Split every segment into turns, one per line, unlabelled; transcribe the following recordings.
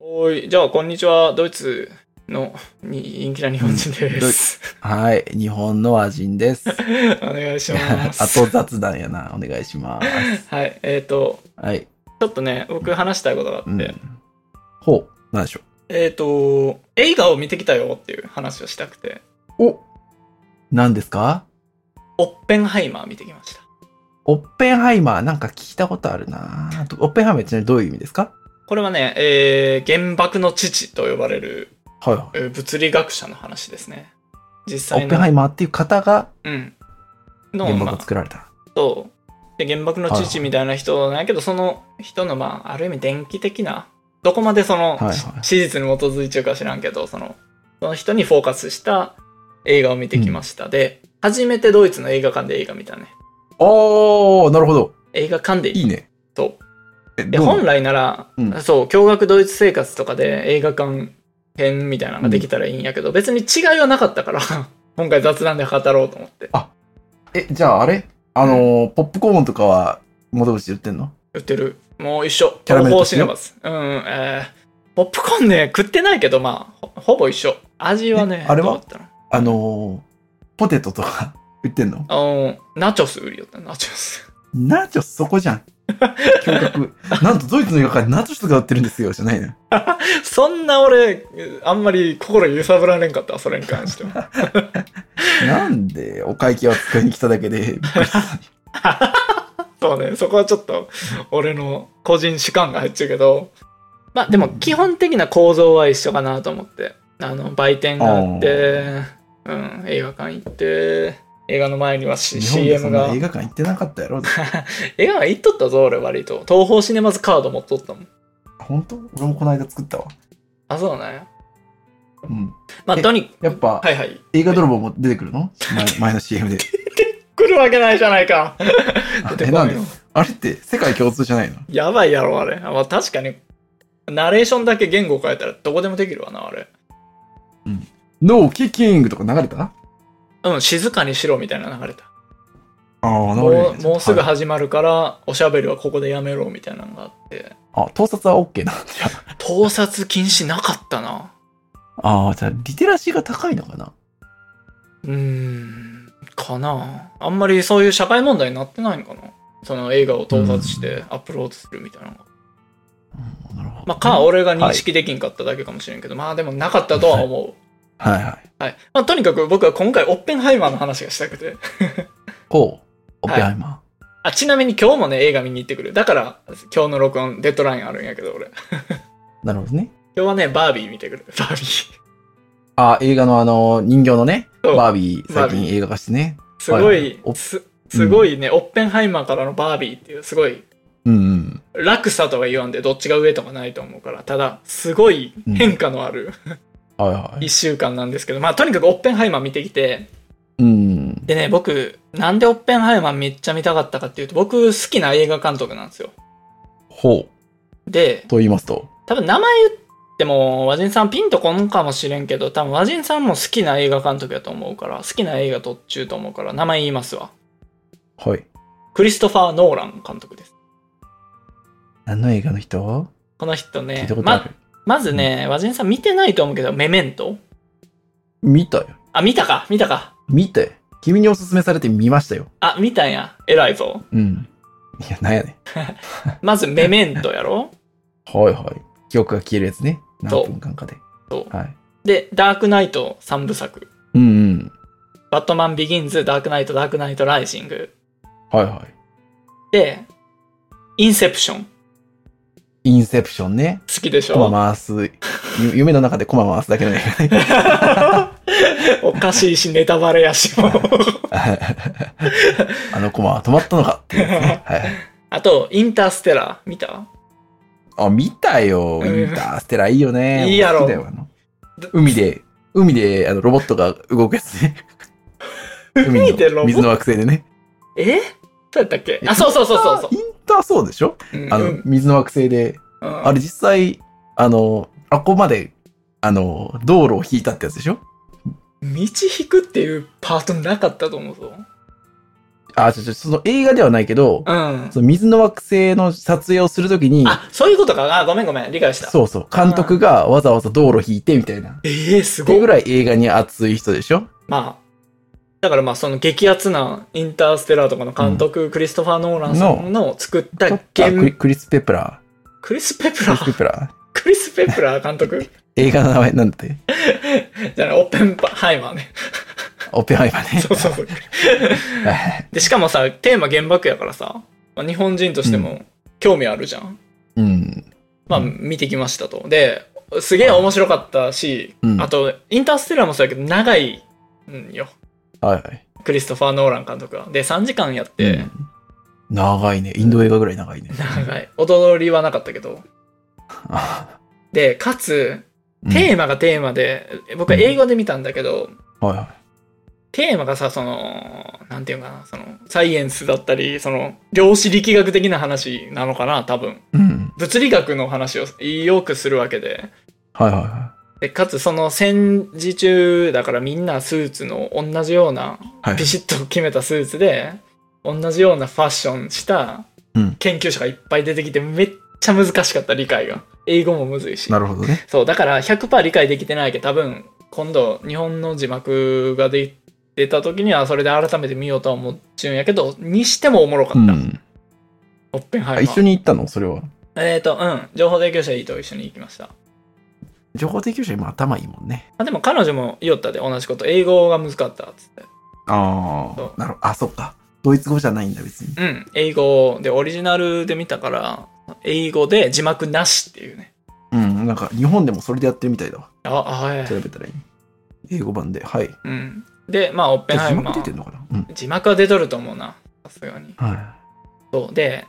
おい、じゃあ、こんにちは。ドイツのに人気な日本人です。
はい。日本の和人です。
お願いします。
後雑談やな。お願いします。
はい、えっ、と、
はい。
ちょっとね、僕話したいことがあって、
うん。ほう。なんでしょ
えっ、と、映画を見てきたよっていう話をしたくて、
う。お何ですか
オッペンハイマー見てきました。
オッペンハイマー、なんか聞いたことあるなあとオッペンハイマーちなみにどういう意味ですか
これはね、えー原爆の父と呼ばれる
はいはい。
えー物理学者の話ですね。実際
オッペン
の
ハイ、マーっていう方が
うん、の
原
まあ
爆を作られた。
とで原爆の
はいは
父
い
みたいな人なんやけど、その人のまあある意味電気的などこまでその、
はいはい
し史実に基づいてるか知らんけどそのその人にフォーカスした映画を見てきました、で初めてドイツの映画館で映画見たね
おー、なるほど。
映画館で
いいね。
と
え、
で
どうなの
本来なら、
うん
そう驚愕ドイツ生活とかで映画館編みたいなのができたらいいんやけど、別に違いはなかったから 今回雑談で語ろうと思って
え、じゃああれあのーポップコーンとかは、戻して売ってんの
売ってる。もう一緒。
キャラメル
東
と
宝
して
シネマズ。うん、えー、ポップコーンね、食ってないけど、まあ、ほほぼ一緒。味はね、
えあれ
どう
は
だったの
あのーポテトとか 売ってんの
あのナチョス売りよった、ナチョス。
ナチョスそこじゃん。驚愕。なんとドイツの映画館ナチョスが売ってるんですよ、じゃないの。
そんな俺、あんまり心揺さぶられんかったわ、それに関して は。
なんでお会計を使いに来ただけ で、びっくりした
そうね、そこはちょっと、俺の個人主観が入っちゃうけど、まあ、でも、基本的な構造は一緒かなと思って。あの、売店があって、うん、映画館行って、映画の前にはし
日本でそ
CM
んな
が
映。画館行ってなかっ たやろ。
映画館行っとったぞ、俺割と。東宝シネマズカード持っとったもん。
本当俺もこの間作ったわ。
あ、そうなんや。
うん。
まあ、
え
とに
やっぱ、
はいはい。
映画泥棒も出てくるの 前前の CM で。
来るわけないじゃない か。
あ
出
え、
てこ
ないんで
よ。
あれって世界共通じゃないの
やばいやろ、あれ。あまあ、確かに、ナレーションだけ言語変えたらどこでもできるわな、あれ。
ノーキッキングとか流れたあ
うん、静かにしろみたいな流れた。
あ、流れる
も
ね
うもうすぐ
はい
始まるから、おしゃべりはここでやめろみたいなのがあって。
あ、盗撮は OK なんだ。
盗撮禁止なかったな。
ああ、じゃあ、リテラシーが高いのかな
うーん、かな。あんまりそういう社会問題になってないのかな。その映画を盗撮してアップロードするみたいなのが。
うんなるほど。
まあ、か、俺が認識できんかっただけかもしれんけど、まあでもなかったとは思
はいはい。
う。はい。まあ、とにかく僕は今回、オッペンハイマーの話がしたくて。
こう、オッペンハイマ
あ、ちなみに今日もね、映画見に行ってくる。だから、今日の録音、デッドラインあるんやけど、俺。
ー。なるほどね。
今日はね、バービー見てくる。 バービー。
ああ、映画のあの、人形のね、
そう
バービー、最
バー
近映画化してね。
すご
はいはいい、お
す、すごいね、オッペンハイマーからのバービーっていう、すごい、
うんうん。
落差とは言わんで、どっちが上とかないと思うから、ただ、すごい変化のある
はいは
1週間なんですけど、まあ、とにかくオッペンハイマー見てきて、
い。うん。
でね、僕、なんでオッペンハイマンめっちゃ見たかったかっていうと、僕好きな映画監督なんですよ。
ほ
で
う、、と言いますと。
多分名前言っても、和人さんピンとこんかもしれんけど、多分和人さんも好きな映画監督やと思うから、好きな映画撮っちゅうと思うから、名前言いますわ。
はい。
クリストファー・ノーラン監督です。
何の映画の人
この人
聞い
ね
た、ことあ
ま
る、
まずね、和人さん見てないと思うけど、メメント
見たよ。
あ、見たか、見たか。
見たよ。君におすすめされて見ましたよ。
あ、見たんや。偉いぞ。
うん。いや、なんやね
まず、メメントやろ
ん。はいはい。記憶が消えるやつね。
そう
何分間かで。
そう
はい。
で、ダークナイト3部作。
うんうん。
バットマン・ビギンズ、ダークナイト、ダークナイト・ライジング。
はいは
で、インセプション。好
い。インセプションね。
きでし
コ
ょ
マ回す。ゆ夢の中でコマ回すだけの映画ね。
おかしいし、ネタバレやし、もう
あのコマは止まったのかっていうやつね。はい。
あと、インターステラー、見た
あ、見たよ。インターステラいいよね。
いいやろ
好きだよあの海で、海で、あの、ロボットが動くやつね。 海
海でロボット
の水の惑星でね。
えそうやったっけあ、そうそうそうそうそ
インターインターそうでしょ
う。うん
あの、水の惑星で。
うん
あれ実際、あの、あこまで、あの、道路を引いたってやつでしょ
道引くっていうパートなかったと思うぞ。
あ、ちょ、ちょ、その映画ではないけど、
うん。
その水の惑星の撮影をするときに、
あ、そういうことか。あ、ごめんごめん。理解した。
そうそう、監督がわざわざ道路引いてみたいな。っ
ええす
て
ご
いう
い
ぐ。らい映画に熱い人でしょ
まあ。だからまあその激アツなインターステラーとかの監督、クリストファー・ノーランさんの作った
あ
ゲ
クリ
ー
クリス・ペプラ
クリス・ペプ
ー。ク
ラ
リス・ペ
ー
プラー。
クリス・ペプラー監督
映画の名前なんだ って
じゃないオッペンパハイマーね
オッペンハイマーね。
そうそうそう
はいはい
でしかもさテーマ原爆やからさ、まあ、日本人としても興味あるじゃん、
うん。
まあ
う
見てきましたとですげえ面白かったし、
うん
あとインターステラーもそうやけど長いんよ
はいはい。
クリストファー・ノーラン監督はで3時間やって、
うん長いね。インド映画ぐらい長いね。
長い踊りはなかったけど
あ
でかつ
うん
テーマがテーマで、僕は英語で見たんだけど、
はいは
テーマがさそのなんていうのかなそのサイエンスだったりその量子力学的な話なのかな多分
い。うん。
物理学の話をよくするわけで
はいはいは。
でかつその戦時中だからみんなスーツの同じようない
はい
ビ。シッと決めたスーツで同じようなファッションした
うん
研究者がいっぱい出てきてめっちゃ難しかった理解が英語もむずいし
なるほどね。
そうだから100%理解できてないけど多分今度日本の字幕がで出た時にはそれで改めて見ようとは思っちゅうんやけどにしてもおもろかった、
うん。
オッペンハ
あ
イ
一
マ
緒
ー
に行ったのそれは。
えっ、とうん情報提供者いいと一緒に行きました
情報提供者今頭いいもんね。
あでも彼女も言おったで同じこと英語が難かったっつって
あ
そう
あ。なるほど。あ、そっか。ドイツ語じゃないんだ、別に。
うん英語でオリジナルで見たから英語で字幕なしっていうね
うん。なんか日本でもそれでやってるみたいだわ。
ああはい
調べたらいい。英語版で。はい。
うんでまあオッペン
じゃあ
ハ
字
イマ
幕出て
ー
んのかなうん。
字幕は出とると思うなさすがに
は
そうで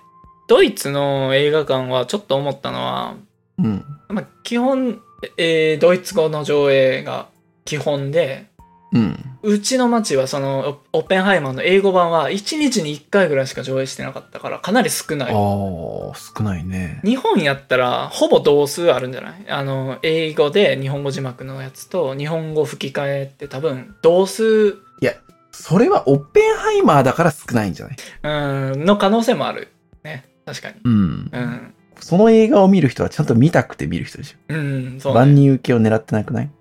ドイツの映画館はちょっと思ったのは、
い。うん。
まあ、基本、えードイツ語の上映が基本で
うん。
うちの町はそのオオッペンハイマーの英語版は1日に1回ぐらいしか上映してなかったからかなり少な
ああ
い
ー、少ないね。
日本やったらほぼ同数あるんじゃないあの英語で日本語字幕のやつと日本語吹き替えって多分同数
それはオッペンハイマーだから少ないんじゃない
うんの可能性もあるね確かに
うん
う。ん
その映画を見る人はちゃんと見たくて見る人でしょ。
うんそうね
万人受けを狙ってなくない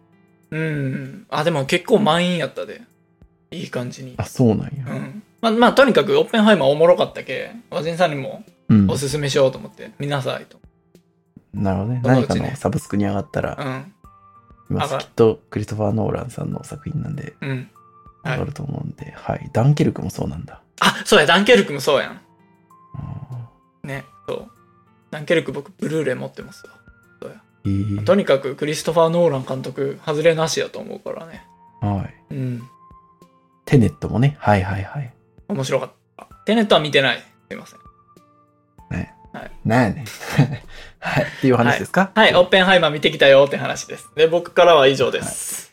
うん。あ、でも結構満員やったで。いい感じに
あ、。そうなん
う
や。
ん。まあ、まあ、とにかく、オッペンハイマーおもろかったけ、和人さんにも
うん。
おすすめしようと思って、見なさいと。
なるほどね。
そのう
何
ち
か
ね
のサブスクに上がった
う
ら、
ん。
今
上がる
きっとクリストファー・ノーランさんの作品なんで、
うん。はい
上がると思うんで、はい。ダンケルクもそうなんだ。
あ、そうや、ダンケルクもそうやん。
あ
ね、そう。ダンケルク僕、ブルーレイ持ってますわ。
ーえ
とにかく、クリストファー・ノーラン監督、外れなしだと思うからね。
ーはい。
うん。
テネットもね。はいはいはい。
面白かった。テネットは見てない。すいません。
なんやねん。 はい。っていう話ですか
はい、オッペンハイマー見てきたよって話です。で、僕からは以上です。